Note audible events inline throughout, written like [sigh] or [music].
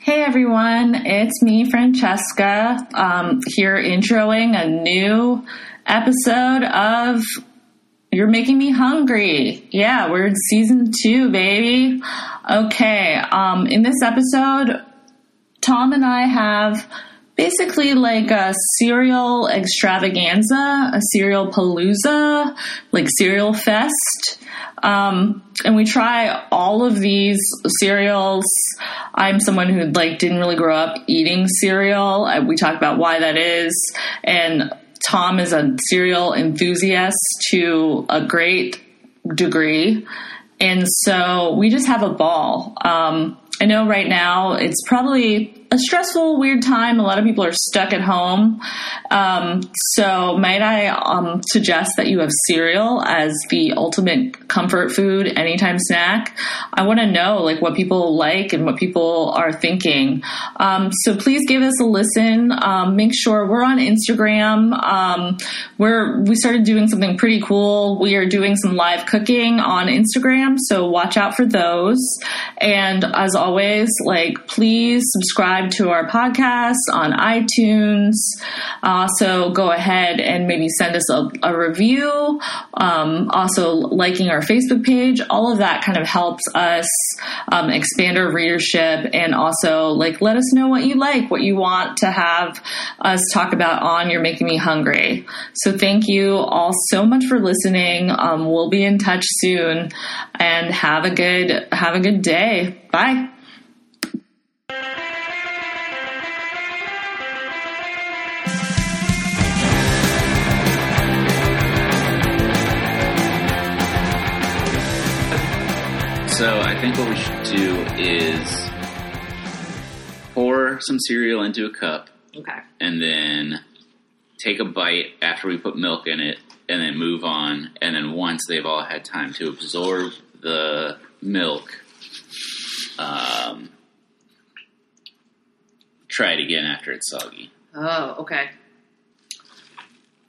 Hey everyone, it's me, Francesca, um, here introing a new episode of You're Making Me Hungry. Yeah, we're in season two, baby. Okay, um, in this episode, Tom and I have basically like a cereal extravaganza, a cereal palooza, like cereal fest. Um, and we try all of these cereals. I'm someone who like didn't really grow up eating cereal. I- We talk about why that is, and Tom is a cereal enthusiast to a great degree. And so we just have a ball. Um, I know right now it's probably a stressful, weird time. A lot of people are stuck at home. Um, so, might I um, suggest that you have cereal as the ultimate comfort food, anytime snack? I want to know like what people like and what people are thinking. Um, so, please give us a listen. Um, make sure we're on Instagram. Um, we're we started doing something pretty cool. We are doing some live cooking on Instagram, so watch out for those. And as always, like please subscribe to our podcast on iTunes. Also, go ahead and maybe send us a, a review. Um, also, liking our Facebook page. All of that kind of helps us um, expand our readership and also like let us know what you like, what you want to have us talk about on You're Making Me Hungry. So thank you all so much for listening. Um, we'll be in touch soon and have a good have a good day. Bye. So I think what we should do is pour some cereal into a cup Okay. and then take a bite after we put milk in it and then move on. And then once they've all had time to absorb the milk, um, try it again after it's soggy. Oh, okay.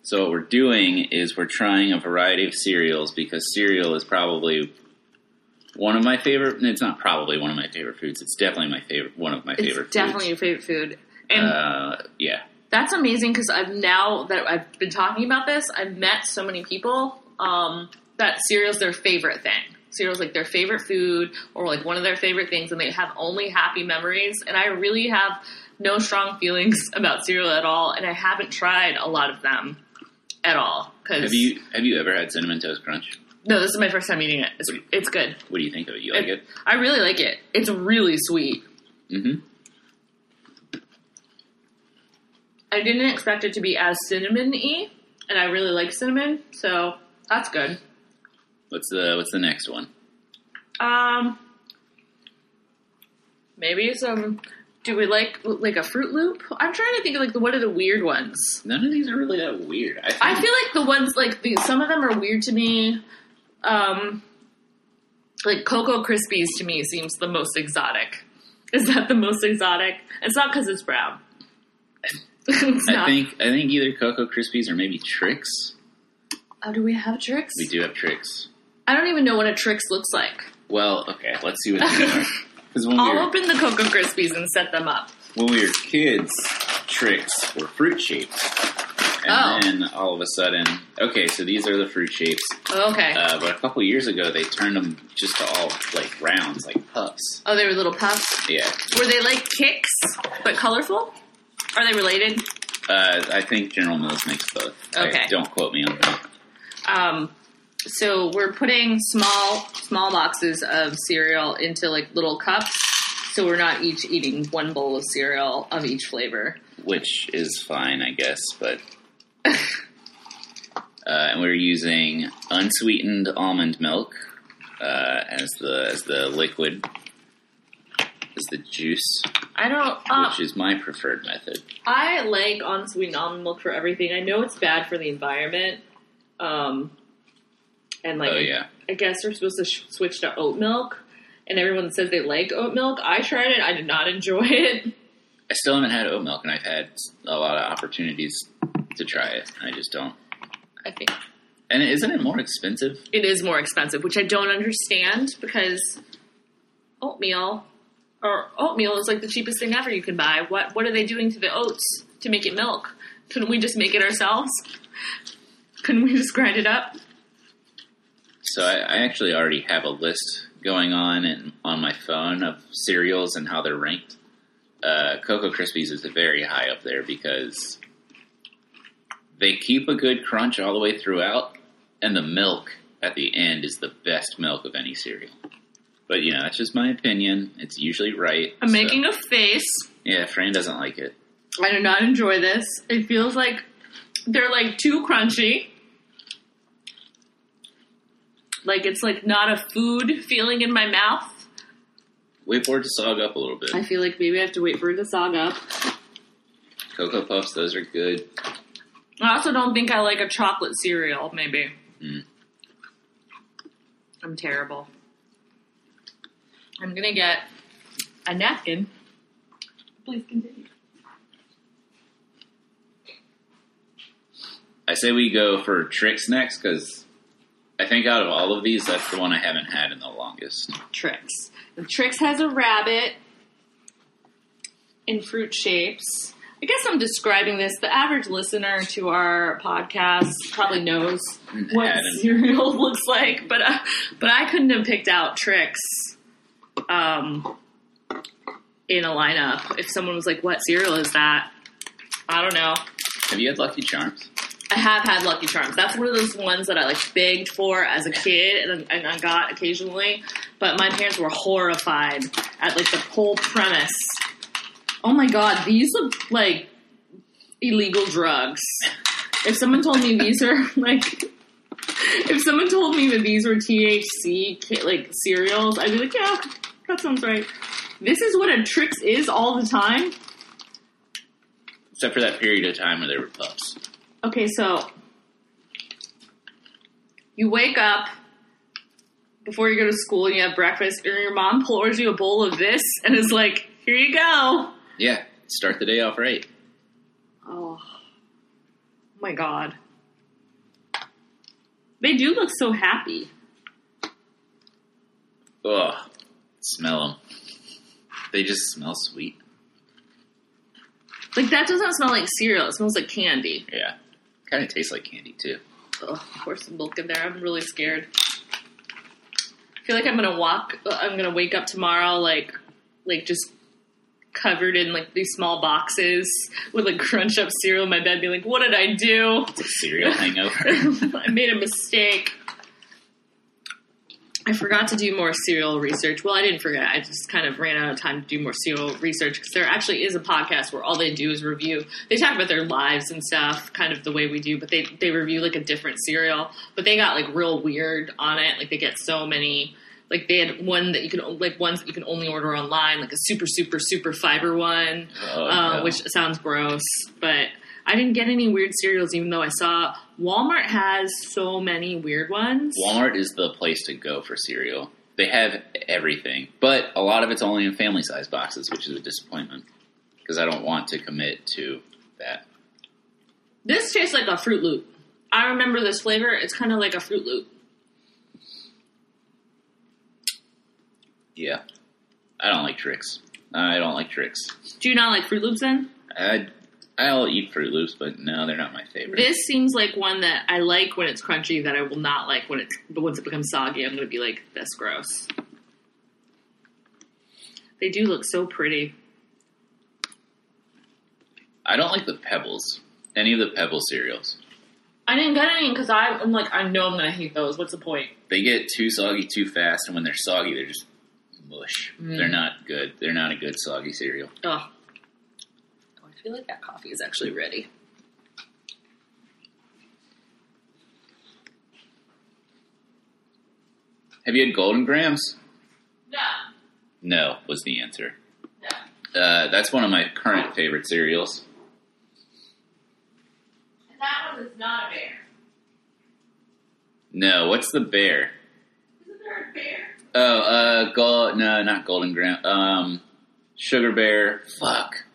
So what we're doing is we're trying a variety of cereals because cereal is probably one of my favorite. It's not probably one of my favorite foods. It's definitely my favorite. One of my It's favorite. definitely Foods. your favorite food. And uh, yeah. that's amazing because I've now that I've been talking about this, I've met so many people um, that cereal's their favorite thing. Cereal's like their favorite food or like one of their favorite things, and they have only happy memories. And I really have no strong feelings [laughs] about cereal at all, and I haven't tried a lot of them at all. Because Have you have you ever had cinnamon toast crunch? no, this is my first time eating it. It's, it's good. What do you think of it? You like it? I really like it. It's really sweet. Mm-hmm. I didn't expect it to be as cinnamon y, and I really like cinnamon, so that's good. What's the What's the next one? Um, maybe some. Do we like like a Fruit Loop? I'm trying to think of like the what are the weird ones. None of these are really that weird. I, think, I feel like the ones like the, some of them are weird to me. Um, like Cocoa Krispies to me seems the most exotic. Is that the most exotic? It's not because it's brown. [laughs] it's I not. think I think either Cocoa Krispies or maybe Tricks. oh, do we have tricks? We do have Tricks. I don't even know what a tricks looks like. Well, okay. Let's see what [laughs] they are. Because when we I'll were open the Cocoa Krispies and set them up. when we were kids, tricks were fruit shaped. And Oh. then all of a sudden, okay, so these are the fruit shapes. Okay. Uh, but a couple years ago, they turned them just to all like rounds, like puffs. oh, they were little puffs. Yeah, Were they like kicks but colorful? Are they related? uh, I think General Mills makes both. I- Okay. don't quote me on that. Um, so we're putting small small boxes of cereal into like little cups, so we're not each eating one bowl of cereal of each flavor. which is fine, I guess, [laughs] but. Uh, and we're using unsweetened almond milk uh, as the as the liquid, as the juice, I don't. Uh, which is my preferred method. I like unsweetened almond milk for everything. I know it's bad for the environment. Um, and like oh yeah, I guess we're supposed to sh- switch to oat milk, and everyone says they like oat milk. I tried it; I did not enjoy [laughs] it. I still haven't had oat milk, and I've had a lot of opportunities to try it. and I just don't. I think And isn't it more expensive? it is more expensive, which I don't understand because oatmeal or oatmeal is like the cheapest thing ever you can buy. What what are they doing to the oats to make it milk? Couldn't we just make it ourselves? Couldn't we just grind it up? So I, I actually already have a list going on in, on my phone of cereals and how they're ranked. Uh, Cocoa Krispies is very high up there because they keep a good crunch all the way throughout, and the milk at the end is the best milk of any cereal. But you know, that's just my opinion. It's usually right. I'm so- making a face. yeah, Fran doesn't like it. I do not enjoy this. It feels like they're like too crunchy. Like it's like not a food feeling in my mouth. Wait for it to sog up a little bit. I feel like maybe I have to wait for it to sog up. Cocoa Puffs, those are good. I also don't think I like a chocolate cereal, maybe. Mm. I'm terrible. I'm gonna get a napkin. Please continue. I say we go for tricks next because I think out of all of these, that's the one I haven't had in the longest. Trix. And Trix has a rabbit in fruit shapes. I guess I'm describing this. The average listener to our podcast probably knows what Adam. cereal [laughs] looks like, but uh, but I couldn't have picked out Trix um, in a lineup. If someone was like, "What cereal is that?" I don't know. Have you had Lucky Charms? I have had Lucky Charms. That's one of those ones that I like begged for as a kid, and, and I got occasionally. But my parents were horrified at like the whole premise. Oh my god, these look like illegal drugs. If someone told me these are [laughs] like, if someone told me that these were THC ca- like cereals, I'd be like, yeah, that sounds right. This is what a Trix is all the time. Except for that period of time where they were puffs. Okay, so you wake up before you go to school and you have breakfast, and your mom pours you a bowl of this and is like, here you go. Yeah, start the day off right. Oh my god. They do look so happy. Ugh, smell them. They just smell sweet. Like, that doesn't smell like cereal, it smells like candy. Yeah, kind of tastes like candy too. Ugh, pour some milk in there. I'm really scared. I feel like I'm gonna walk. uh, I'm gonna wake up tomorrow like, like just covered in like these small boxes with [laughs] like crunch up cereal in my bed. Be like, what did I do? It's a [laughs] cereal hangover. [laughs] I made a mistake. I forgot to do more cereal research. Well, I didn't forget. I just kind of ran out of time to do more cereal research because there actually is a podcast where all they do is review. They talk about their lives and stuff, kind of the way we do, but they they review like a different cereal. But they got like real weird on it. Like they get so many. Like they had one that you can like ones that you can only order online, like a super super super fiber one Oh, uh, no. which sounds gross, but I didn't get any weird cereals, even though I saw Walmart has so many weird ones. Walmart is the place to go for cereal. They have everything, but a lot of it's only in family size boxes, which is a disappointment because I don't want to commit to that. This tastes like a Fruit Loop. I remember this flavor. It's kind of like a Fruit Loop. Yeah, I don't like tricks. I don't like tricks. Do you not like Fruit Loops then? I I'll eat Fruit Loops, but no, they're not my favorite. This seems like one that I like when it's crunchy, that I will not like when it's but once it becomes soggy. I'm going to be like, that's gross. They do look so pretty. I don't like the Pebbles. Any of the Pebble cereals. I didn't get any because I'm like, I know I'm going to hate those. What's the point? They get too soggy too fast, and when they're soggy, they're just mush. Mm. They're not good. They're not a good soggy cereal. Oh. I feel like that coffee is actually ready. Have you had Golden Grams? No. No, was the answer. No. Uh, that's one of my current favorite cereals. And that one is not a bear. No, what's the bear? Isn't there a bear? Oh, uh, gold. No, not Golden Graham. Um, Sugar Bear. Fuck.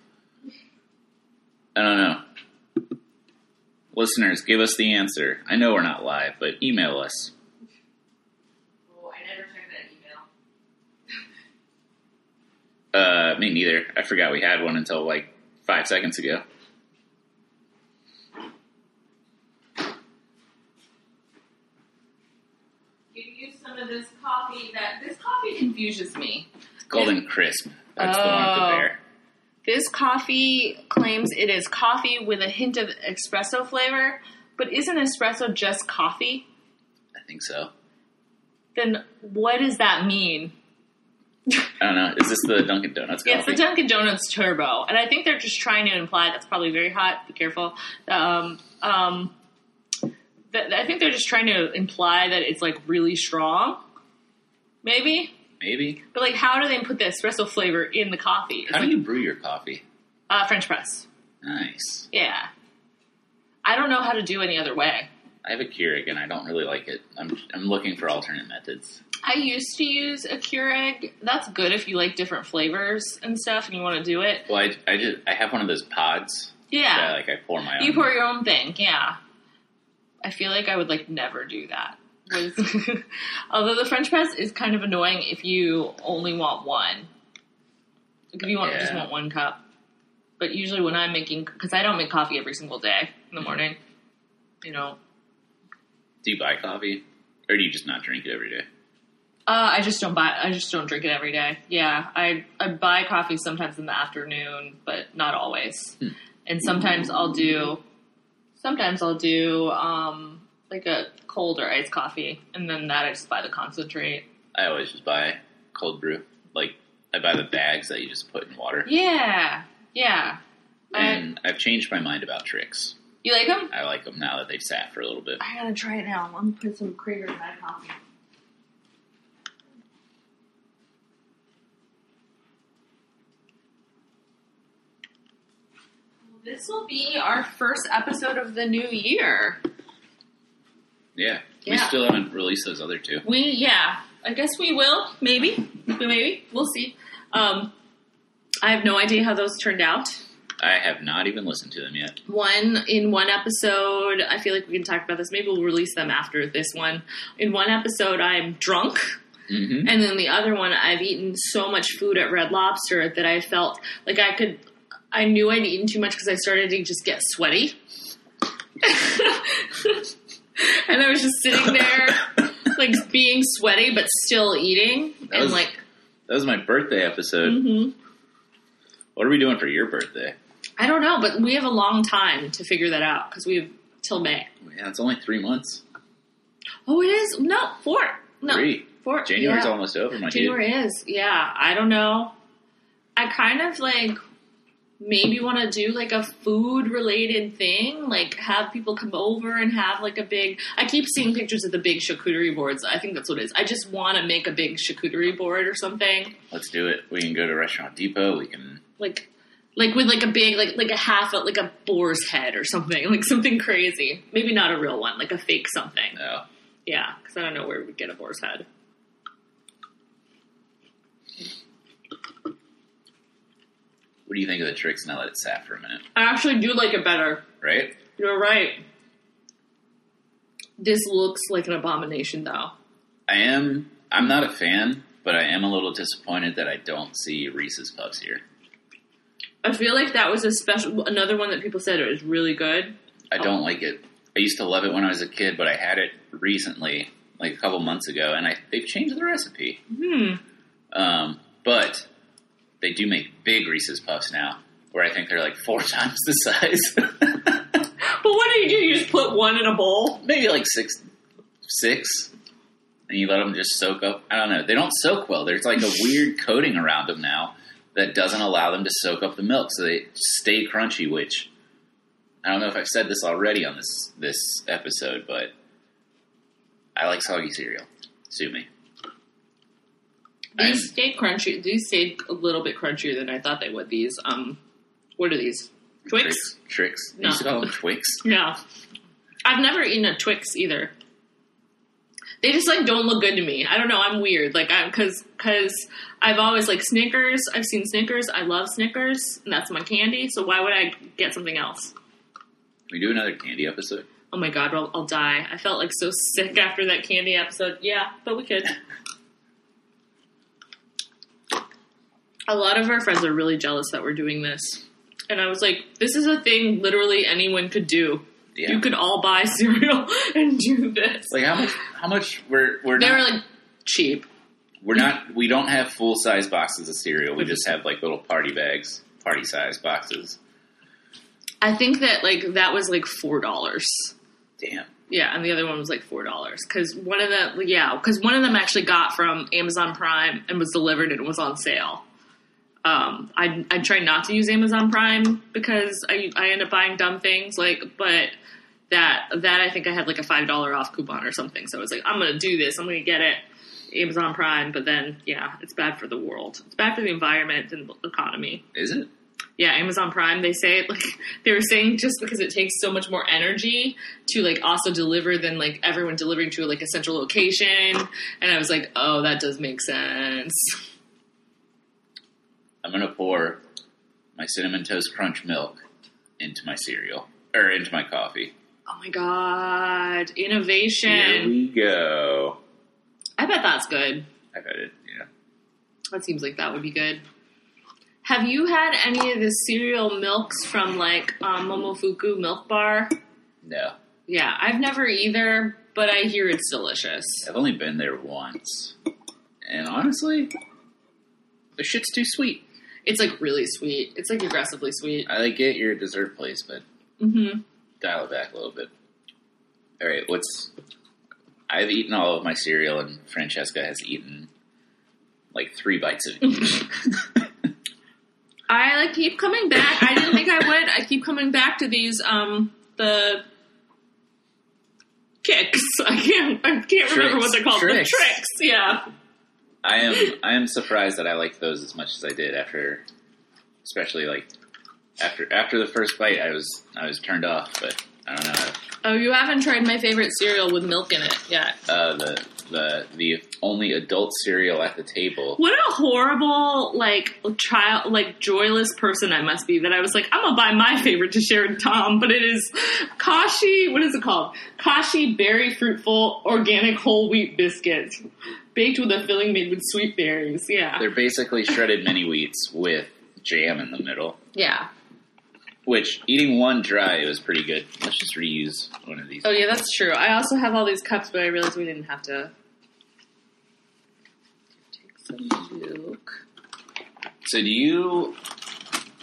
I don't know. [laughs] Listeners, give us the answer. I know we're not live, but email us. Oh, I never checked that email. Uh, me neither. I forgot we had one until like five seconds ago. You use some of this coffee that this coffee confuses me. Golden Crisp. That's the one with the Oh. bear. This coffee claims it is coffee with a hint of espresso flavor, but isn't espresso just coffee? I think so. Then what does that mean? I don't know. Is this the Dunkin' Donuts coffee? It's the Dunkin' Donuts Turbo, and I think they're just trying to imply that's probably very hot. Be careful. Um, um, th- I think they're just trying to imply that it's like really strong, maybe. Maybe. But like, how do they put the espresso flavor in the coffee? It's How do like, you brew your coffee? uh, French press. Nice. Yeah, I don't know how to do any other way. I have a Keurig and I don't really like it. I'm I'm looking for alternate methods. I used to use a Keurig. That's good if you like different flavors and stuff, and you want to do it. Well, I, I just I have one of those pods. Yeah, That, like I pour my own. Ah. You pour your own thing, yeah. I feel like I would like never do [laughs] that. With- Although the French press is kind of annoying if you only want one. Like if you want just Yeah. want one cup. But usually when I'm making, because I don't make coffee every single day in the morning, you know, do you buy coffee, or do you just not drink it every day? uh, I just don't buy. I just don't drink it every day. Yeah, I I buy coffee sometimes in the afternoon, but not always. And sometimes I'll do, sometimes I'll do um, like a cold or iced coffee, and then that I just buy the concentrate. I always just buy cold brew. Like I buy the bags that you just put in water. Yeah, yeah. I, And I've changed my mind about tricks. you like them? I like them now that they've sat for a little bit. I gotta try it now. I'm gonna put some Krieger in my coffee. This will be our first episode of the new year. Yeah. We Yeah. still haven't released those other two. We, yeah, I guess we will. Maybe, maybe we'll see. Um, I have no idea how those turned out. I have not even listened to them yet. one in one episode i feel like we can talk about this maybe we'll release them after this one in one episode i'm drunk Mhm. and then the other one i've eaten so much food at red lobster that i felt like i could i knew i'd eaten too much because i started to just get sweaty [laughs] and i was just sitting there like being sweaty but still eating That and was- like That was my birthday episode. mhm. What are we doing for your birthday? i don't know but we have a long time to figure that out because we have till may Yeah, it's only three months. Oh, it is no four. No Three. four. January's yeah. almost over, my January is. Yeah, I don't know. I kind of like maybe want to do like a food related thing, like have people come over and have like a big. I keep seeing pictures of the big charcuterie boards. I think that's what it is. I just want to make a big charcuterie board or something, dude. Let's do it. We can go to Restaurant Depot. We can. like. Like with like a big like like a half a, like a boar's head or something [laughs] like something crazy maybe not a real one like a fake something No. yeah because I don't know where we'd get a boar's head What do you think of the tricks now that it's sat for a minute? I actually do like it better. Right? You're right. This looks like an abomination, though. I am. I'm not a fan, but I am a little disappointed that I don't see Reese's Puffs here. I feel like that was a special, another one that people said it was really good. I don't like it. I used to love it when I was a kid, but I had it recently, like a couple months ago, and I they've changed the recipe. Hmm. Um, but they do make big Reese's Puffs now, where I think they're like four [laughs] times the size. [laughs] But what do you do? You just put one in a bowl? Maybe like six, six, and you let them just soak up. I don't know. They don't soak well. There's [laughs] like a weird coating around them now that doesn't allow them to soak up the milk, so they stay crunchy. Which I don't know if I've said this already on this this episode, but I like soggy cereal. Sue me. I'm- These stayed crunchy. These stayed a little bit crunchier than I thought they would. These, um, what are these? Twix? Tricks. They No. used to call them Twix. No. I've never eaten a Twix either. They just like don't look good to me. I don't know. I'm weird. Like I'm because because I've always like Snickers. I've seen Snickers. I love Snickers, and that's my candy. So why would I get something else? Can we do another candy episode? Oh my god, I'll, I'll die. I felt like so sick after that candy episode. Yeah, but we could. a lot of our friends are really jealous that we're doing this. And I was like, this is a thing literally anyone could do. Yeah. You could all buy [laughs] cereal and do this. like how much? How much? We're we're they not, were like cheap. we're not we don't have full size boxes of cereal. We just have like little party bags, party size boxes. I think that like that was like four dollars. Damn. Yeah, and the other one was like four dollars because one of the yeah because one of them actually got from Amazon Prime and was delivered and was on sale. Um, I I try not to use Amazon Prime because I I end up buying dumb things like but that that I think I had like a five dollar off coupon or something so I was like I'm gonna do this I'm gonna get it Amazon Prime but then yeah it's bad for the world it's bad for the environment and the economy Is it? yeah, Amazon Prime, they say it like [laughs] they were saying just because it takes so much more energy to like also deliver than like everyone delivering to like a central location. And I was like, oh, that does make sense. I'm gonna pour my cinnamon toast crunch milk into my cereal or into my coffee. Oh my god, innovation! Here we go. I bet that's good. I bet it. Yeah. That seems like that would be good. Have you had any of the cereal milks from like um, Momofuku Milk Bar? No, Yeah, I've never either, but I hear it's delicious. I've only been there once, and honestly, the shit's too sweet. It's like really sweet. It's like aggressively sweet. I like it. You're a dessert place, but Mm-hmm. dial it back a little bit. All right, what's? I've eaten all of my cereal, and Francesca has eaten like three bites of each. I like keep coming back. I didn't think I would. I keep coming back to these um the kicks. [laughs] I can't I can't remember what they're called. Tricks. The tricks, yeah. I am I am surprised that I liked those as much as I did after, especially like after after the first bite, I was I was turned off. But I don't know. Oh, you haven't tried my favorite cereal with milk in it yet. Uh, the the the only adult cereal at the table. What a horrible, like child, like joyless person I must be that I was like, I'm gonna buy my favorite to share with Tom, but it is Kashi. What is it called? Kashi berry fruitful organic whole wheat biscuits, baked with a filling made with sweet berries. Yeah, They're basically shredded mini wheats with jam in the middle. yeah. Which eating one dry was pretty good. Let's just reuse one of these. Oh yeah, that's true. I also have all these cups, but I realized we didn't have to. Take some milk. So do you?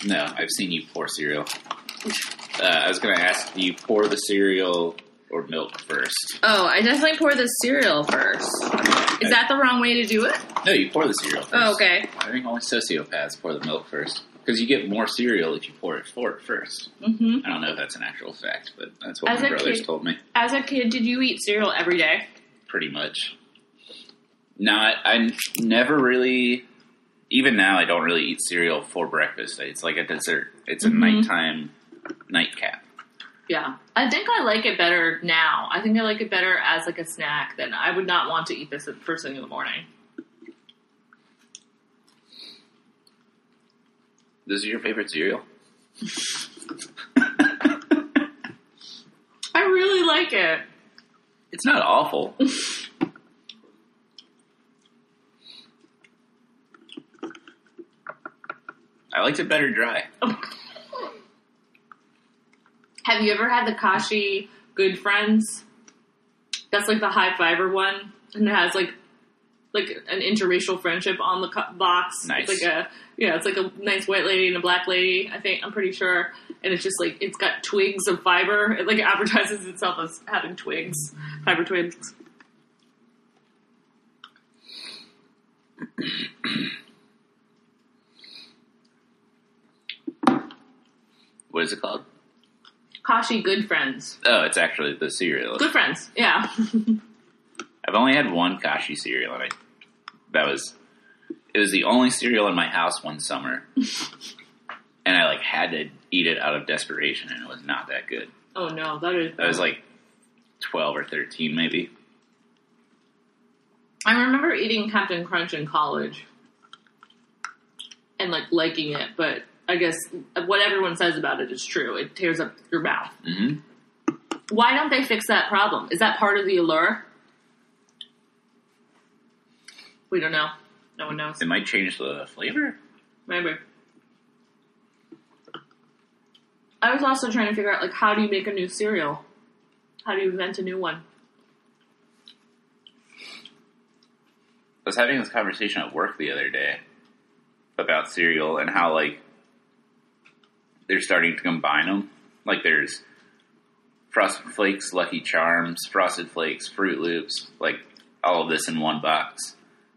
No, I've seen you pour cereal. Uh, I was going to ask, do you pour the cereal or milk first? Oh, I definitely pour the cereal first. Is that the wrong way to do it? No, you pour the cereal first. Oh, okay. I think only sociopaths pour the milk first because you get more cereal if you pour it for it first. Mm-hmm. I don't know if that's an actual fact, but that's what As my a brothers kid- told me. As a kid, did you eat cereal every day? pretty much. Now I, I never really, even now I don't really eat cereal for breakfast. It's like a dessert. It's a Mhm. nighttime nightcap. Yeah. I think I like it better now. I think I like it better as like a snack than I would not want to eat this at first thing in the morning. This is your favorite cereal. I really like it. It's not awful. I liked it better dry. Have you ever had the Kashi Good Friends? That's like the high fiber one, and it has like like an interracial friendship on the co- box. Nice. It's like a yeah, it's like a nice white lady and a black lady. I think I'm pretty sure, and it's just like it's got twigs of fiber. It like advertises itself as having twigs, fiber twigs. What is it called? Kashi Good Friends, Oh, it's actually the cereal. Good Friends. Yeah, [laughs] I've only had one Kashi cereal, and I that was it was the only cereal in my house one summer, and I like had to eat it out of desperation, and it was not that good. oh no, that is. I was like twelve or thirteen, maybe. I remember eating Captain Crunch in college and like liking it, but I guess what everyone says about it is true. It tears up your mouth. hmm Why don't they fix that problem? Is that part of the allure? We don't know. No one knows. It might change the flavor. Maybe. I was also trying to figure out like how do you make a new cereal? How do you invent a new one? I was having this conversation at work the other day about cereal and how like they're starting to combine them. Like there's Frosted Flakes, Lucky Charms, Frosted Flakes, Fruit Loops, like all of this in one box.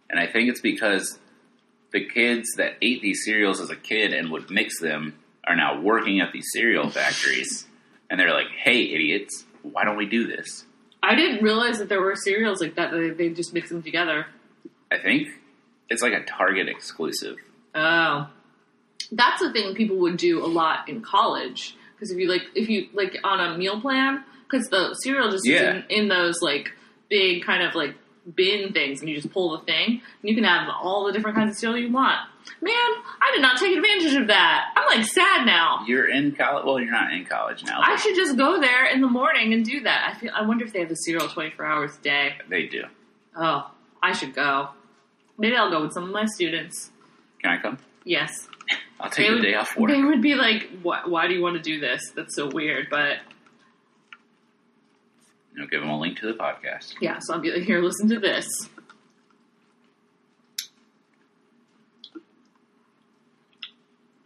And I think it's because the kids that ate these cereals as a kid and would mix them are now working at these cereal factories. And they're like, hey, idiots, why don't we do this? I didn't realize that there were cereals like that. They, they just mix them together. I think it's like a Target exclusive. Oh, that's the thing people would do a lot in college because if you like, if you like on a meal plan, because the cereal just Yeah. is in, in those like big kind of like bin things, and you just pull the thing, and you can have all the different kinds of cereal you want. Man, I did not take advantage of that. I'm like sad now. You're in college. Well, you're not in college now. I should just go there in the morning and do that. I feel. I wonder if they have the cereal 24 hours a day. but They do. Oh, I should go. Maybe I'll go with some of my students. Can I come? Yes. I'll take the day off work. They would be like, why, why do you want to do this? That's so weird. But You know, give them a link to the podcast. yeah, so I'll be like, here, listen to this.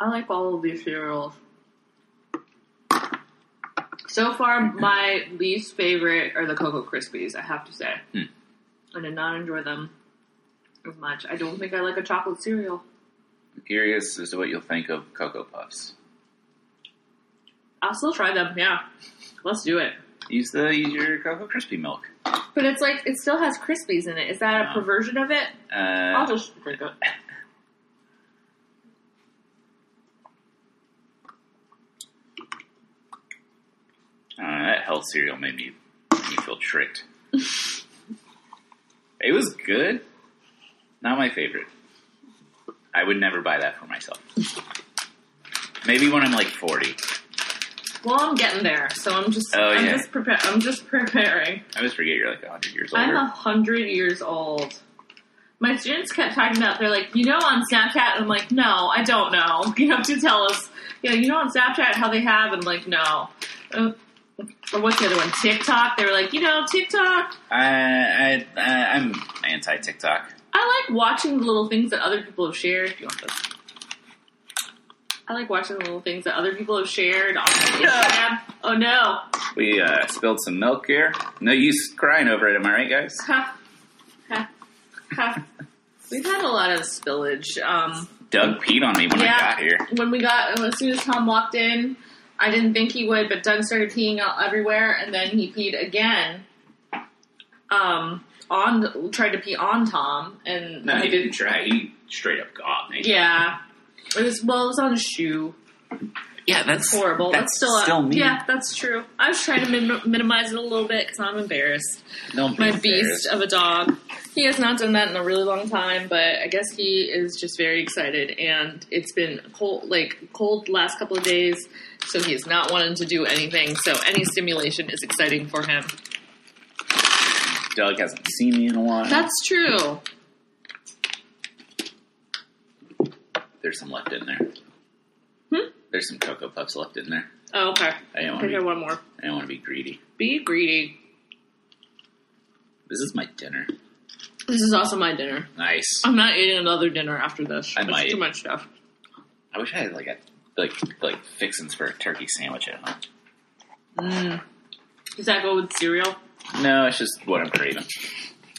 I like all of these cereals. So far, Mm-hmm. my least favorite are the Cocoa Krispies, I have to say. Hmm. I did not enjoy them as much. I don't think I like a chocolate cereal. I'm curious as to what you'll think of Cocoa Puffs. I'll still try them, yeah. Let's do it. Use the use your Cocoa Crispy milk. But it's like it still has crispies in it. Is that a Oh. perversion of it? I'll Uh, just drink it. I don't know, uh, that health cereal made me, made me feel tricked. it was good. Not my favorite. I would never buy that for myself. Maybe when I'm like 40. Well, I'm getting there, so I'm just Oh, I'm yeah. just prepare I'm just preparing. I always forget you're like 100 years I'm a older. hundred years old. My students kept talking about they're like, you know, on Snapchat. And I'm like, no, I don't know. [laughs] You have to tell us. Yeah, you know, on Snapchat how they have. And I'm like, no. Uh, or what's the other one? TikTok. They were like, you know, TikTok. I, I, I, I'm anti TikTok. I like watching the little things that other people have shared. You want this? I like watching the little things that other people have [laughs] shared on Instagram. Oh no! We uh, spilled some milk here. No use crying over it, am I right, guys? Ha. Ha. Ha. We've had a lot of spillage. Um, Doug peed on me when Yeah. I got here. when we got as soon as Tom walked in, I didn't think he would, but Doug started peeing out everywhere, and then he peed again. Um, on tried to pee on Tom, and No, he didn't try. He straight up got me. yeah, it was well, it was on his shoe. Yeah, that's horrible. That's, still up. still me. Yeah, that's true. I was trying to min- minimize it a little bit because I'm embarrassed. Don't be My embarrassed. beast of a dog. He has not done that in a really long time, but I guess he is just very excited, and it's been cold, like cold last couple of days, so he has not wanted to do anything. So any stimulation is exciting for him. Doug hasn't seen me in a while. That's true. There's some left in there. Hmm? There's some cocoa puffs left in there. Oh, okay. I don't want Okay, to. Be, one more. I don't want to be greedy. Be greedy. This is my dinner. This is also my dinner. Nice. I'm not eating another dinner after this. I It's might. too much stuff. I wish I had like a like like fixins for a turkey sandwich at home. Does that go with cereal? No, it's just what I'm craving.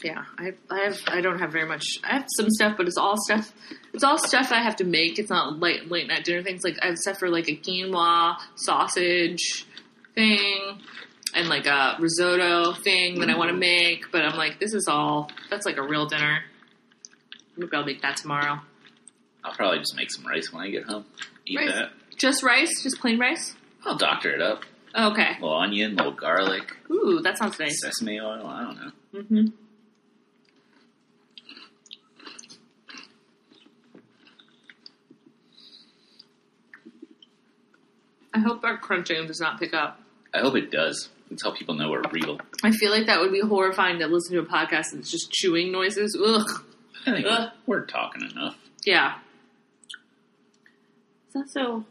Yeah, I, I have. I don't have very much. I have some stuff, but it's all stuff. It's all stuff I have to make. It's not late late night dinner things. Like I have stuff for like a quinoa sausage thing, and like a risotto thing that I want to make. But I'm like, this is all. That's like a real dinner. Maybe I'll make that tomorrow. I'll probably just make some rice when I get home. Eat Rice? that. Just rice, just plain rice. I'll doctor it up. Okay. little onion, little garlic, Ooh, that sounds nice. sesame oil. I don't know. Mm-hmm. I hope our crunching does not pick up. I hope it does. Let's help people know we're real. I feel like that would be horrifying to listen to a podcast and it's just chewing noises. Ugh. I think we're, Ugh. we're talking enough. Yeah. It's not so.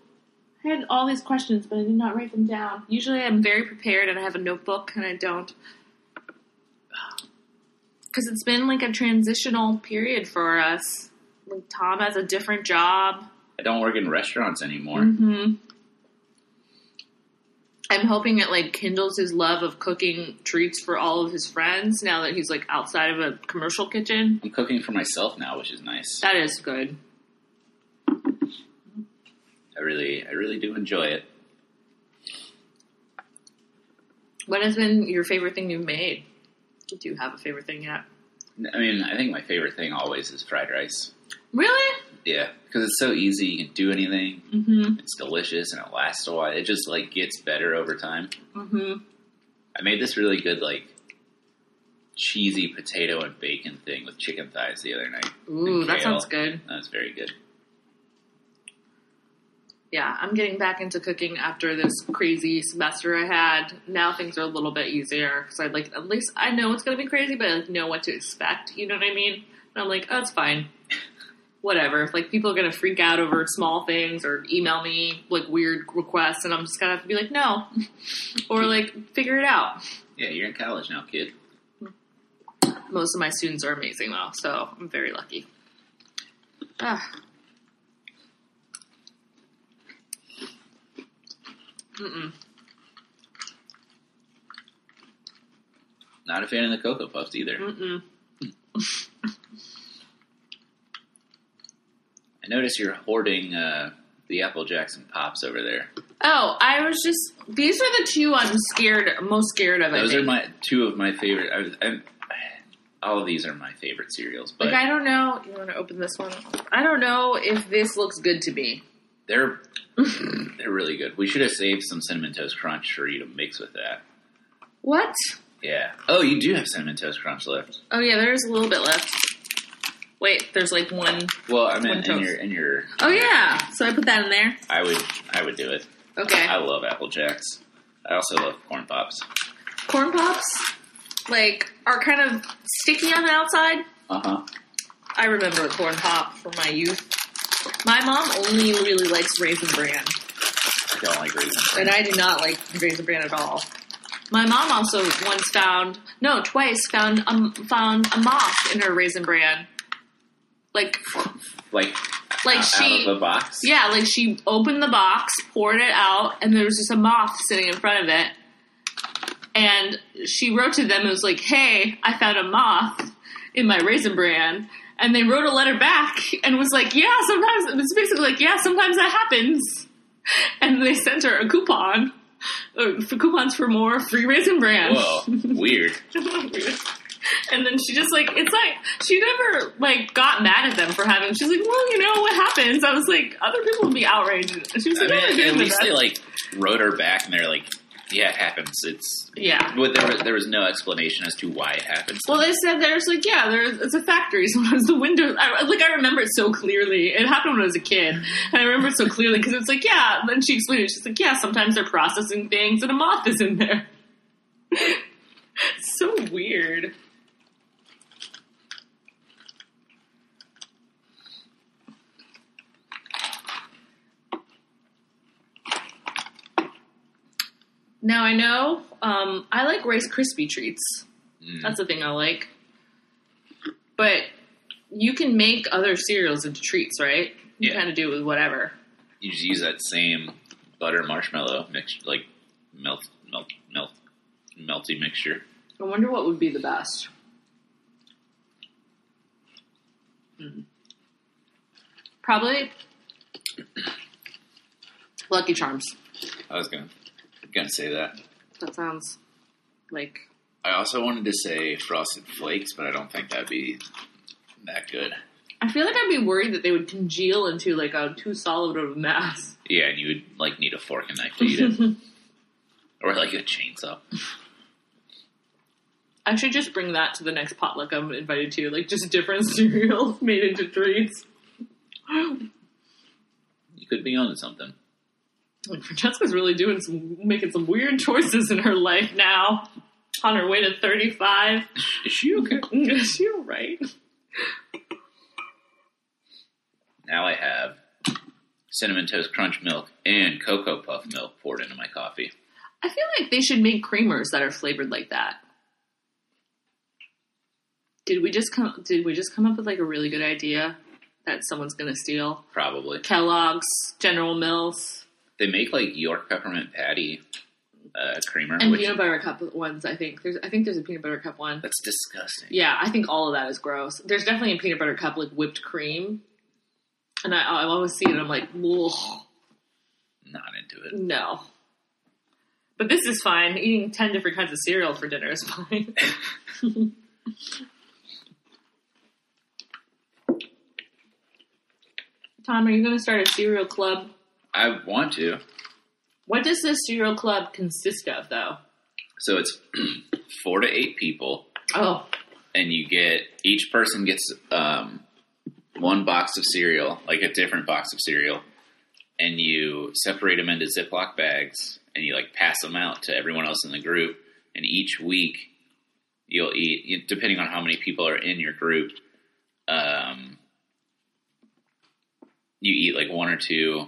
I had all these questions, but I did not write them down. Usually, I'm very prepared, and I have a notebook, and I don't. Because it's been like a transitional period for us. Like Tom has a different job. I don't work in restaurants anymore. hmm I'm hoping it like kindles his love of cooking treats for all of his friends now that he's like outside of a commercial kitchen. I'm cooking for myself now, which is nice. That is good. I really, I really do enjoy it. What has been your favorite thing you've made? Do you have a favorite thing yet? I mean, I think my favorite thing always is fried rice. Really? Yeah, because it's so easy. You can do anything. Mm-hmm. It's delicious and it lasts a while. It just like gets better over time. Mm-hmm. I made this really good like cheesy potato and bacon thing with chicken thighs the other night. Ooh, And that kale. sounds good. That was very good. Yeah, I'm getting back into cooking after this crazy semester I had. Now things are a little bit easier because I like at least I know it's gonna be crazy, but I like, know what to expect. You know what I mean? And I'm like, oh, it's fine, whatever. If, Like people are gonna freak out over small things or email me like weird requests, and I'm just gonna have to be like, no, [laughs] or like figure it out. Yeah, you're in college now, kid. Most of my students are amazing though, so I'm very lucky. Ah. Mm-mm. Not a fan of the cocoa puffs either. Mm-mm. I notice you're hoarding uh, the Apple Jacks and pops over there. Oh, I was just. These are the two I'm scared, most scared of. I Those think. are my two of my favorite. I, was- I'm, all of these are my favorite cereals, but like I don't know. You want to open this one? I don't know if this looks good to me. [laughs] they're they're really good. We should have saved some cinnamon toast crunch for you to mix with that. What? Yeah. Oh, you do have cinnamon toast crunch left. Oh yeah, there's a little bit left. Wait, there's like one. Well, I mean, One in toast. your in your, Oh yeah, so I put that in there. I would I would do it. Okay, I love Apple Jacks. I also love corn pops. corn pops, like are kind of sticky on the outside. Uh huh. I remember a corn pop from my youth. My mom only really likes raisin bran. Don't like raisin. and I do not like Raisin Bran at all. My mom also once found, no, twice found um, found a moth in her Raisin Bran. Like, Like like out, she, out of a box. yeah, like she opened the box, poured it out, and there was just a moth sitting in front of it. And she wrote to them and was like, "Hey, I found a moth in my raisin bran." And they wrote a letter back and was like, "Yeah, sometimes it was basically like, yeah, sometimes that happens." And they sent her a coupon, uh, for coupons for more free raisin bran. Whoa. Weird. [laughs] And then she just like it's like she never like got mad at them for having. She's like, well, you know what happens. I was like, other people would be outraged. And She was I like, mean, "Oh, at yeah, least but they that- like wrote her back, and they're like, "Yeah, it happens." It's yeah. well, there, was- there was no explanation as to why it happens. [laughs] Well, they said there's like yeah, there's it's a factory. [laughs] Sometimes the windows. I, like I remember it so clearly. It happened when I was a kid, and I remember it so clearly because it's like yeah. Then she explained it. She's like yeah, sometimes they're processing things and a moth is in there. [laughs] It's so weird. Now I know um, I like Rice Krispie treats. Mm. That's the thing I like. But you can make other cereals into treats, right? You Yeah. kind of do it with whatever. you just use that same butter marshmallow mixed like melt melt melt melty mixture. I wonder what would be the best. Hmm. Probably Lucky Charms. I was gonna gonna say that. That sounds like I also wanted to say frosted flakes, but I don't think that'd be that good. I feel like I'd be worried that they would congeal into like a too solid of a mass. Yeah, and you would like need a fork and knife to eat [laughs] it, or like a chainsaw. I should just bring that to the next potluck I'm invited to, like just different [laughs] cereals made into treats. You could be onto something. Like, Francesca's really doing some, making some weird choices in her life now. On her way to [laughs] 35. Is she okay? Is she alright? Now I have cinnamon toast crunch milk and cocoa puff milk poured into my coffee. I feel like they should make creamers that are flavored like that. Did we just come? Did we just come up with like a really good idea that someone's gonna steal? Probably Kellogg's, General Mills, they make like York peppermint patty uh, creamer, and which peanut butter cup ones. I think there's. I think there's a peanut butter cup one. that's disgusting. Yeah, I think all of that is gross. There's definitely a peanut butter cup like whipped cream, and I, I always see it. and I'm like, Ugh, Not into it. no. But this is fine. Eating ten different kinds of cereal for dinner is [laughs] fine. Tom, are you going to start a cereal club? I want to. What does this cereal club consist of, though? So it's [clears throat] four to eight people, Oh, and you get each person gets um, one box of cereal, like a different box of cereal, and you separate them into Ziploc bags, and you like pass them out to everyone else in the group. And each week, you'll eat you- depending on how many people are in your group. Um, you eat like one or two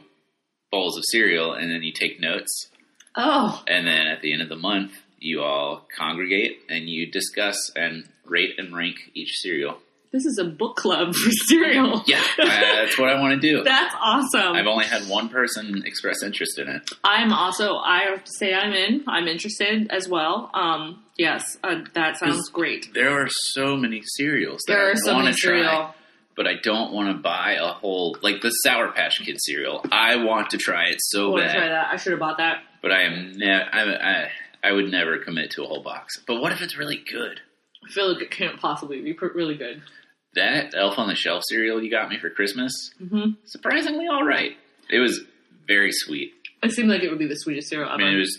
bowls of cereal, and then you take notes oh, and then at the end of the month, you all congregate and you discuss and rate and rank each cereal. this is a book club [laughs] for cereal. [laughs] Yeah, uh, that's what I want to do. That's awesome. I've only had one person express interest in it. I'm also. I have to say, I'm in. I'm interested as well. Um, yes, uh, that sounds Is- great. There are so many cereals that There I are so want many to try, cereal. but I don't want to buy a whole like the Sour Patch Kid cereal. I want to try it I so want to bad, try that. I should have bought that. but I am ne- I, I I would never commit to a whole box. But what if it's really good? I feel like it can't possibly be pr- really good. That Elf on the Shelf cereal you got me for Christmas hmm surprisingly all right. It was very sweet. It seemed like it would be the sweetest cereal I ever. mean, it was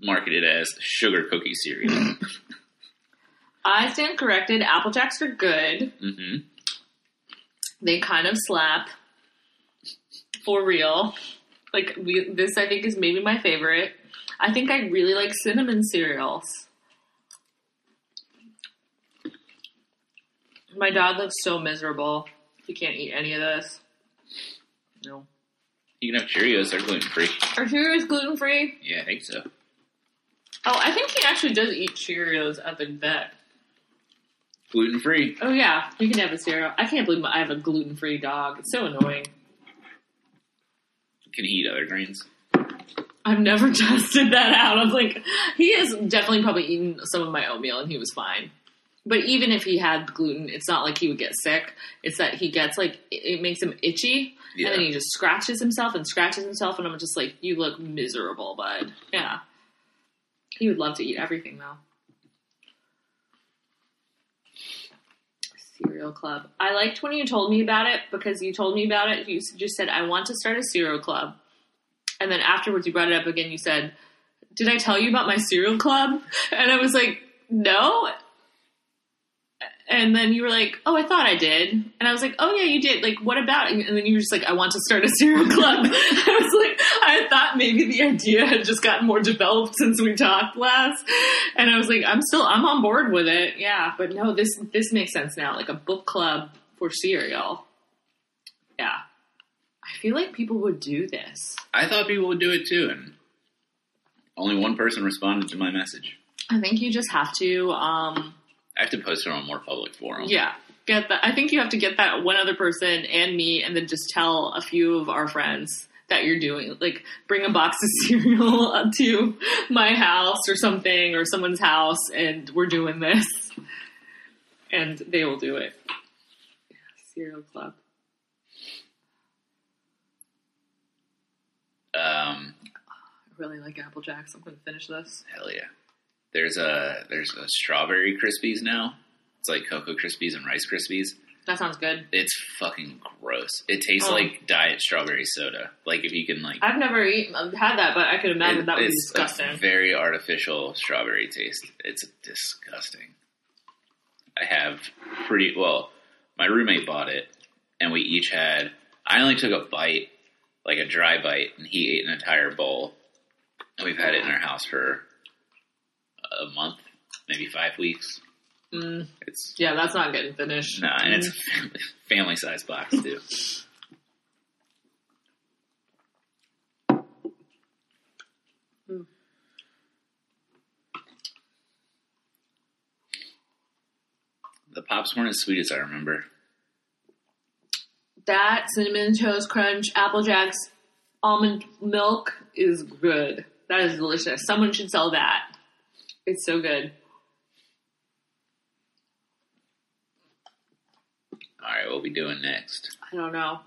marketed as sugar cookie cereal. I stand corrected. Apple Jacks are good. hmm They kind of slap. For real. Like we, this, I think is maybe my favorite. I think I really like cinnamon cereals. My dog looks so miserable. He can't eat any of this. No. You can have Cheerios; they're gluten free. Are Cheerios gluten free? Yeah, I think so. Oh, I think he actually does eat Cheerios at the vet. Gluten free. Oh yeah, you can have a cereal. I can't believe I have a gluten free dog. It's so annoying. Can he eat other grains? I've never [laughs] tested that out. I'm like, he has definitely probably eaten some of my oatmeal and he was fine. But even if he had gluten, it's not like he would get sick. It's that he gets like, it it makes him itchy Yeah. and then he just scratches himself and scratches himself. And I'm just like, you look miserable, bud. Yeah. He would love to eat everything though. Cereal club. I liked when you told me about it because you told me about it. You just said, I want to start a cereal club. And then afterwards, you brought it up again. You said, Did I tell you about my cereal club? [laughs] And I was like, No. And then you were like, Oh, I thought I did. And I was like, Oh, yeah, you did. Like, what about? it?" And then you were just like, I want to start a cereal [laughs] club. I was like, I thought maybe the idea had just gotten more developed since we talked last. And I was like, I'm still, I'm on board with it. Yeah. But no, this, this makes sense now. Like a book club for cereal. Yeah. I feel like people would do this. I thought people would do it too, and only one person responded to my message. I think you just have to, um, I have to post it on a more public forum. yeah, get that. I think you have to get that one other person and me, and then just tell a few of our friends that you're doing. Like, bring a box of [laughs] cereal up to my house or something, or someone's house, and we're doing this, and they will do it. Cereal club. Um. I really like Apple Jacks. I'm gonna finish this. Hell yeah. There's a there's a strawberry crispies now. It's like cocoa crispies and rice krispies. That sounds good. It's fucking gross. It tastes Oh. like diet strawberry soda. Like if you can like I've never eaten, had that, but I could imagine It- that would be it's A disgusting. very artificial strawberry taste. It's disgusting. I have pretty well. My roommate bought it, and we each had. I only took a bite, like a dry bite, and he ate an entire bowl. And we've had it in our house for a month, maybe five weeks. Mm, It's yeah, that's not getting finished. no, and it's a family, family size box too. The pops weren't as sweet as I remember. That cinnamon toast crunch apple jacks almond milk is good. That is delicious. Someone should sell that. It's so good. All right, what we doing next? I don't know.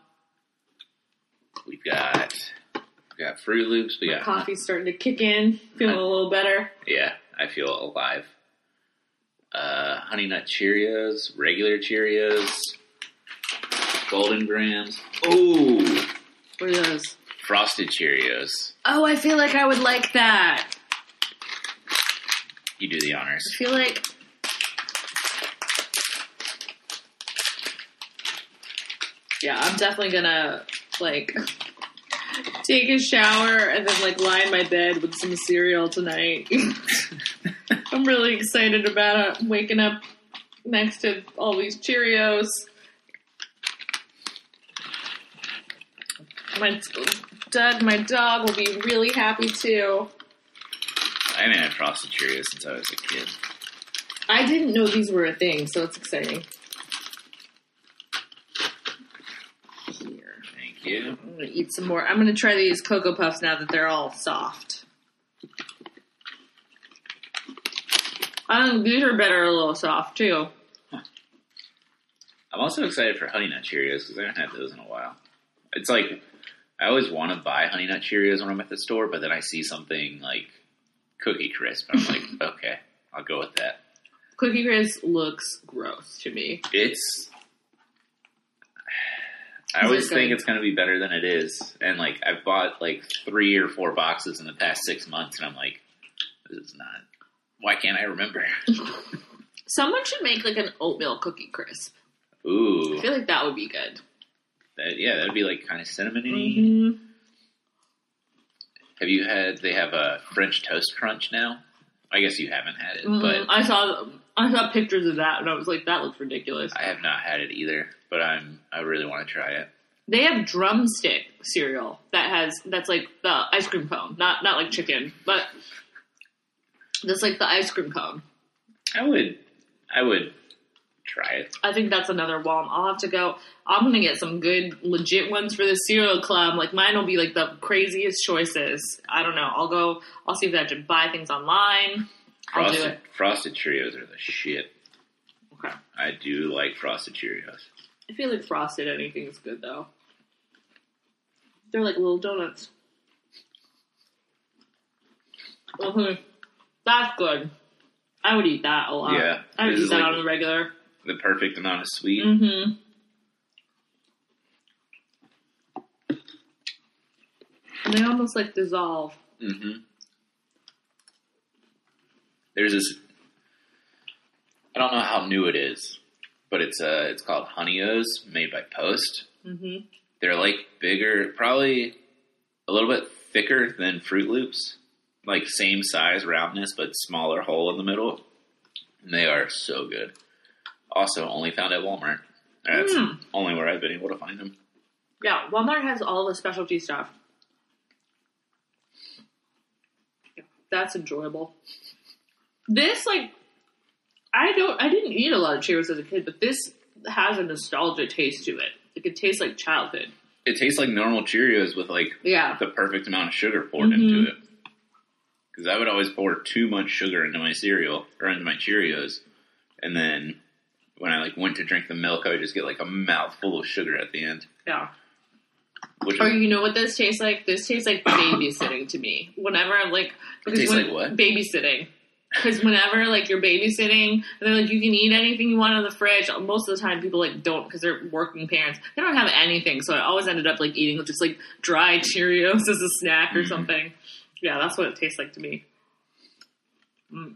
We've got we got Fruit Loops. We got Coffee's starting to kick in. Feeling a little better. yeah. I feel alive. Uh, Honey Nut Cheerios, regular Cheerios, Golden Grams. Oh, What are those? Frosted Cheerios. Oh, I feel like I would like that. You do the honors. I feel like Yeah, I'm definitely gonna like take a shower and then like lie in my bed with some cereal tonight. [laughs] I'm really excited about it. waking up next to all these Cheerios. My Doug, my dog, will be really happy too. I haven't had Frosted Cheerios since I was a kid. I didn't know these were a thing, so it's exciting. Here. Thank you. I'm gonna eat some more. I'm gonna try these cocoa puffs now that they're all soft. I think Um, these are better a little soft too. I'm also excited for Honey Nut Cheerios because I haven't had those in a while. It's like I always want to buy Honey Nut Cheerios when I'm at the store, but then I see something like Cookie Crisp, and I'm [laughs] like, okay, I'll go with that. Cookie Crisp looks gross to me. It's. I Is it always think good? it's going to be better than it is, and like I've bought like three or four boxes in the past six months, and I'm like, this is not. Why can't I remember? Someone should make like an oatmeal cookie crisp. Ooh, I feel like that would be good. that, yeah, that'd be like kind of cinnamony. Mm-hmm. Have you had? They have a French toast crunch now. I guess you haven't had it, but Mm-hmm. I saw I saw pictures of that and I was like, that looks ridiculous. I have not had it either. But I'm I really want to try it. They have drumstick cereal that has that's like the ice cream cone, not not like chicken, but that's like the ice cream cone. I would I would try it. I think that's another one. I'll have to go. I'm gonna get some good legit ones for the cereal club. Like mine will be like the craziest choices. I don't know. I'll go. I'll see if I can buy things online. I'll do Frosted it. Frosted Cheerios are the shit. Okay. I do like Frosted Cheerios. I feel like frosted anything is good though. They're like little donuts. hmm That's good. I would eat that a lot. Yeah, I would this eat is that like- on the regular. The perfect amount of sweet. Mm-hmm. And they almost like dissolve. hmm There's this. I don't know how new it is, but it's uh it's called Honeyos, made by Post. Mm-hmm. they're like bigger, probably a little bit thicker than Fruit Loops, like same size roundness but smaller hole in the middle. And they are so good. Also, only found at Walmart. That's Mm. only where I've been able to find them. Yeah, Walmart has all the specialty stuff. Yeah, That's enjoyable. This like I don't I didn't eat a lot of Cheerios as a kid, but this has a nostalgia taste to it. Like it tastes like childhood. It tastes like normal Cheerios with like Yeah. the perfect amount of sugar poured Mhm. into it. Because I would always pour too much sugar into my cereal or into my Cheerios, and then when I like went to drink the milk, I would just get like a mouthful of sugar at the end. Yeah. Which Or is you know what this tastes like? This tastes like babysitting to me. Whenever I'm like, because tastes when- like what? Babysitting. Because whenever like you're babysitting, and they're like, you can eat anything you want in the fridge. Most of the time, people like don't because they're working parents. They don't have anything, so I always ended up like eating just like dry Cheerios [laughs] as a snack or Mhm. something. Yeah, that's what it tastes like to me. Mm.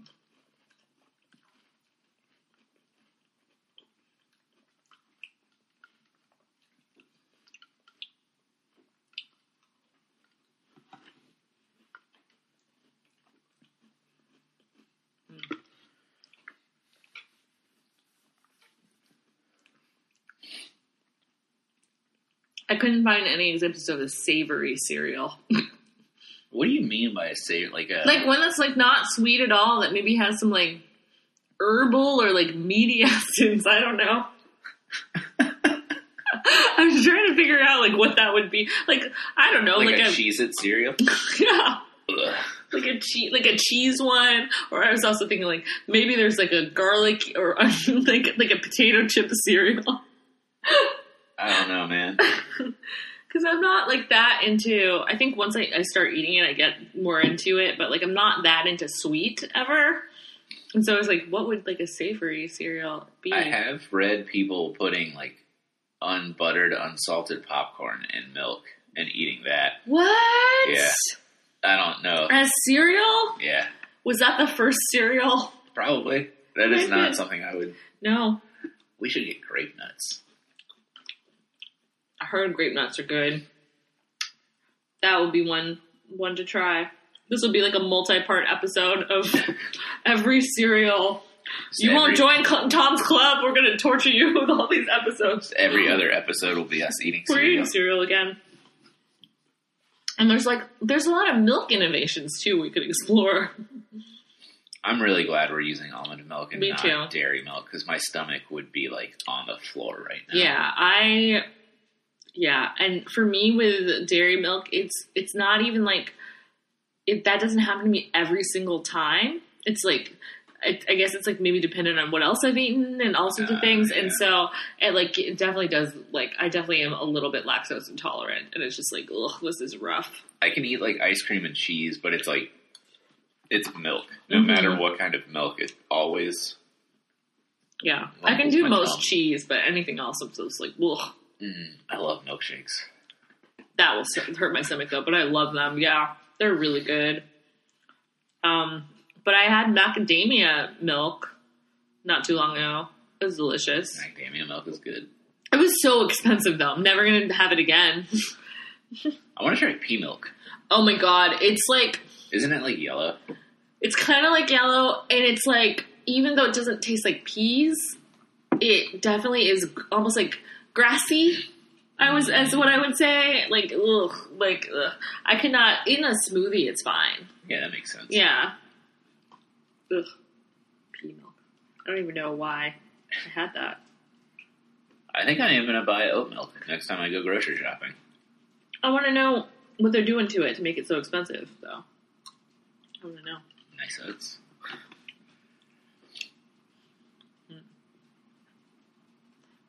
I couldn't find any examples of a savory cereal. What do you mean by a savory? Like a Like one that's like not sweet at all. That maybe has some like herbal or like meaty [laughs] essence. I [laughs] don't know. I was trying to figure out like what that would be. Like I don't know. like, oh, Like, a, cheese it cereal? [laughs] yeah. Ugh. like a cheese, like a cheese one. Or I was also thinking like maybe there's like a garlic or [laughs] like like a potato chip cereal. I don't know, man. Because I'm not like that into. I think once I, I start eating it, I get more into it. But like I'm not that into sweet ever. And so I was like, what would like a savory cereal be? [laughs] I have read people putting like unbuttered, unsalted popcorn in milk and eating that. what? Yeah. I don't know. As cereal? Yeah, Was that the first cereal? probably. That is Maybe. not something I would. No. We should get grape nuts. I heard grape nuts are good. That would be one one to try. This would be like a multi-part episode [laughs] of every cereal. You won't Every- join Cl- Tom's club. We're gonna torture you [laughs] with all these episodes. Every other episode will be us eating We're eating cereal. cereal again. And there's like there's a lot of milk innovations too we could explore. I'm really glad we're using almond milk and Me not too. dairy milk because my stomach would be like on the floor right now. Yeah, I yeah, and for me with dairy milk, it's it's not even like it that doesn't happen to me every single time. It's like I, I guess it's like maybe dependent on what else I've eaten and all sorts Ah, of things, and yeah. so it like it definitely does like I definitely am a little bit lactose intolerant, and it's just like ugh, this is rough. I can eat like ice cream and cheese, but it's like it's milk. No Mhm. matter what kind of milk, it always. Yeah, Well, I can do my most mom- cheese, but anything else I'm just like ugh, Mm, I love milkshakes. that will hurt my stomach though. But I love them. Yeah, they're really good. Um, but I had macadamia milk not too long ago. It was delicious. Macadamia milk is good. It was so expensive though. I'm never gonna have it again. [laughs] I want to try pea milk. oh my god, it's like Isn't it like yellow? it's kind of like yellow, and it's like even though it doesn't taste like peas, it definitely is almost like grassy. I was as what I would say like ugh, like ugh. I cannot in a smoothie. It's fine. Yeah, that makes sense. Yeah. Ugh. Pea milk. I don't even know why I had that. I think I am gonna buy oat milk next time I go grocery shopping. I want to know what they're doing to it to make it so expensive, though. I want to know. Nice oats.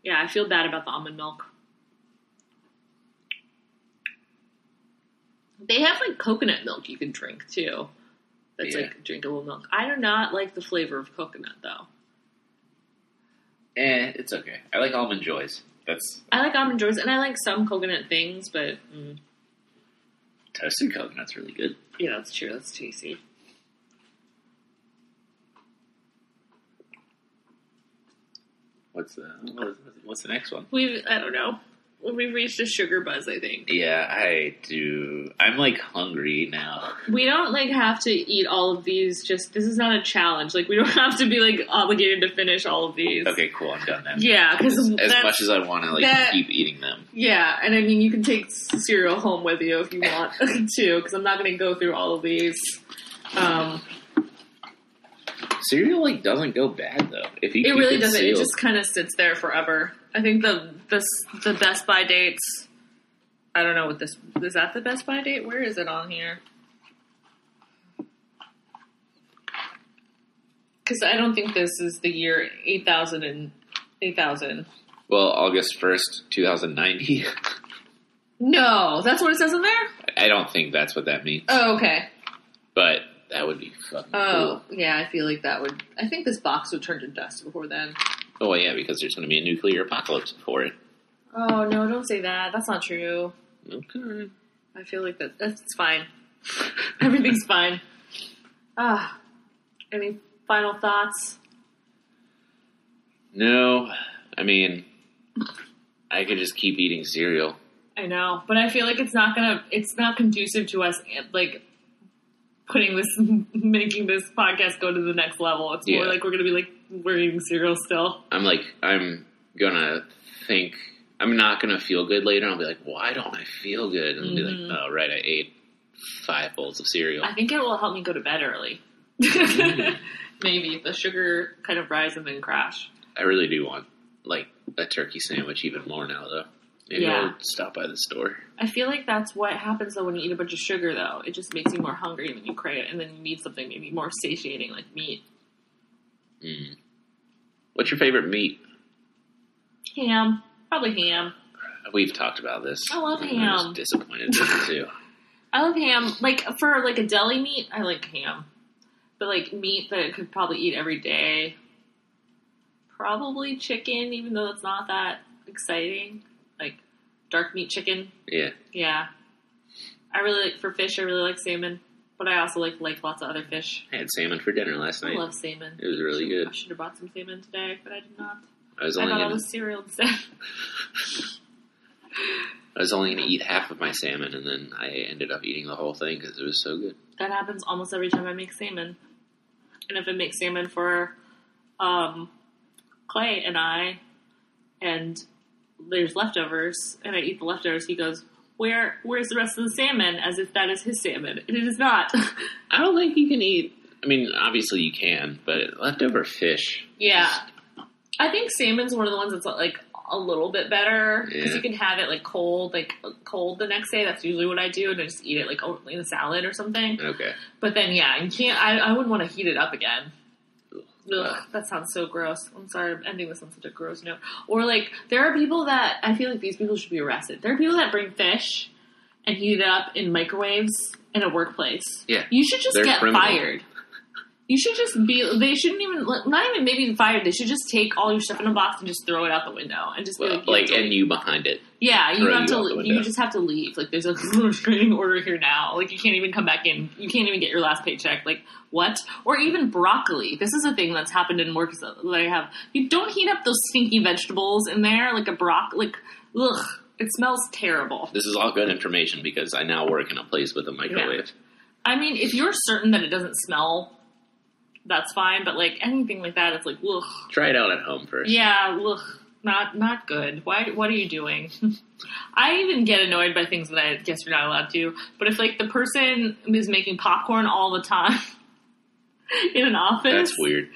Yeah, I feel bad about the almond milk. They have like coconut milk you can drink too. That's Yeah. like drinkable milk. I do not like the flavor of coconut though. Eh, it's okay. I like almond joys. That's I like almond joys and I like some coconut things, but mm, toasted coconut's really good. yeah, that's true. That's tasty. What's the what's- what's the next one? We've I don't know. We've reached a sugar buzz, I think. Yeah, I do. I'm like hungry now. We don't like have to eat all of these just this is not a challenge. Like we don't [laughs] have to be like obligated to finish all of these. Okay, cool. I'm done then. Yeah, cuz As much as I want to like that- keep eating them. Yeah, and I mean you can take cereal home with you if you want [laughs] to cuz I'm not going to go through all of these. Um Cereal like doesn't go bad though. If you it keep really doesn't. It sealed. just kind of sits there forever. I think the the the Best Buy dates. I don't know what this is. That the Best Buy date? Where is it on here? Because I don't think this is the year eight thousand and eight thousand. [laughs] well August first, two thousand ninety. [laughs] No, that's what it says in there. I don't think that's what that means, Oh, okay. but that would be fucking Oh, yeah. I feel like that would. I think this box would turn to dust before then. cool. Oh yeah, because there's going to be a nuclear apocalypse before it. Oh no! Don't say that. That's not true. Okay. I feel like that that's [laughs] fine. Everything's fine. Ah, any final thoughts? No, I mean, I could just keep eating cereal. I know, but I feel like it's not gonna. It's not conducive to us like putting this, [laughs] making this podcast go to the next level. It's more Yeah. like we're gonna be like we're eating cereal still. I'm like, I'm gonna think, Mm-hmm. I'm not gonna feel good later. I'll be like, why don't I feel good? And I'll be like, oh right, I ate five bowls of cereal. I think it will help me go to bed early. [laughs] Mm-hmm. Maybe the sugar kind of rise and then crash. I really do want like a turkey sandwich even more now though. Maybe Yeah. I'll stop by the store. I feel like that's what happens though when you eat a bunch of sugar though. It just makes you more hungry and then you crave it and then you need something maybe more satiating like meat. Mm. What's your favorite meat? Ham. Probably ham. We've talked about this. I love I'm ham. just disappointed in you too. I love ham. Like for like a deli meat, I like ham. But like meat that I could probably eat every day. Probably chicken, even though it's not that exciting. Like dark meat chicken. Yeah. Yeah. I really like for fish, I really like salmon. But I also like like lots of other fish. I had salmon for dinner last I night. love salmon. It was really Should- I good. should have bought some salmon today, but I did not. I was I only got all gonna, the cereal instead. [laughs] I was only going to eat half of my salmon, and then I ended up eating the whole thing because it was so good. That happens almost every time I make salmon. And if I make salmon for um, Clay and I, and there's leftovers, and I eat the leftovers, he goes, "Where? Where's the rest of the salmon?" As if that is his salmon, and it is not. [laughs] I don't think you can eat. I mean, obviously you can, but leftover fish. yeah, I think salmon's one of the ones that's like a little bit better because Yeah. you can have it like cold, like cold the next day. That's usually what I do, and I just eat it like only in a salad or something. Okay. But then, yeah, you can't. I, I wouldn't want to heat it up again. Ugh, Ugh. that sounds so gross. I'm sorry, I'm ending this on such a gross note. Or like, there are people that I feel like these people should be arrested. There are people that bring fish and heat it up in microwaves in a workplace. Yeah. you should just They're get criminal. fired. You should just be. They shouldn't even. Not even maybe fired. They should just take all your stuff in a box and just throw it out the window and just be Well, like, like, you have to and you behind it. yeah, you Throw have you to. out the le- window. You just have to leave. Like, there's a [laughs] restraining order here now. Like, you can't even come back in. You can't even get your last paycheck. Like, what? Or even broccoli. This is a thing that's happened in work that I have. You don't heat up those stinky vegetables in there, like a brock. Like, ugh, it smells terrible. This is all good information because I now work in a place with a microwave. I mean, if you're certain that it doesn't smell, that's fine. But like anything like that, it's like, ugh, Try it out at home first. yeah, ugh, not not good. Why? What are you doing? [laughs] I even get annoyed by things that I guess you're not allowed to. But if like the person is making popcorn all the time [laughs] in an office, That's [laughs] weird.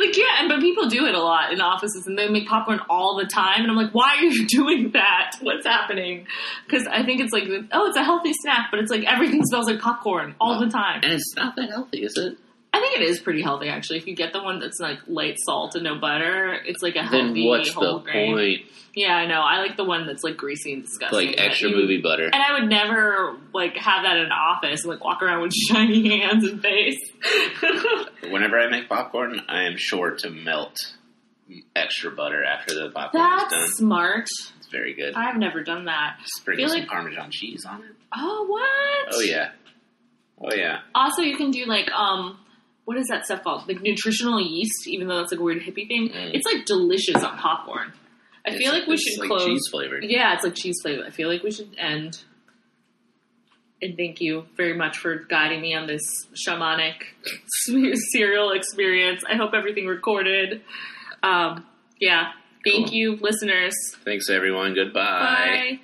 like yeah, and but people do it a lot in offices, and they make popcorn all the time, and I'm like, why are you [laughs] doing that? What's happening? Because I think it's like, oh, it's a healthy snack, but it's like everything [laughs] smells like popcorn all the time. And it's not that healthy, is it? I think it is pretty healthy actually. If you get the one that's like light salt and no butter, it's like a Then healthy what's whole the grain. point? Yeah, I know. I like the one that's like greasy and disgusting. Like that extra you- movie butter. And I would never like have that in an office and like walk around with [laughs] shiny hands and face. [laughs] Whenever I make popcorn, I am sure to melt extra butter after the popcorn is done. that's smart. It's very good. I've never done that. Sprinkle feel some like- Parmesan cheese on it. Oh what? Oh yeah. Oh yeah. Also, you can do like um, what is that stuff called? Like nutritional yeast. Even though that's like a weird hippie thing, Mm. it's like delicious on popcorn. I It's- feel like we it's should like close. cheese flavored. Yeah, it's like cheese flavor. I feel like we should end. And thank you very much for guiding me on this shamanic [laughs] s- cereal experience. I hope everything recorded. Um, yeah. Thank Cool. you, listeners. Thanks everyone. Goodbye. Bye.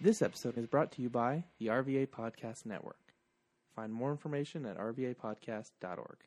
This episode is brought to you by the RVA Podcast Network. Find more information at rvapodcast.org.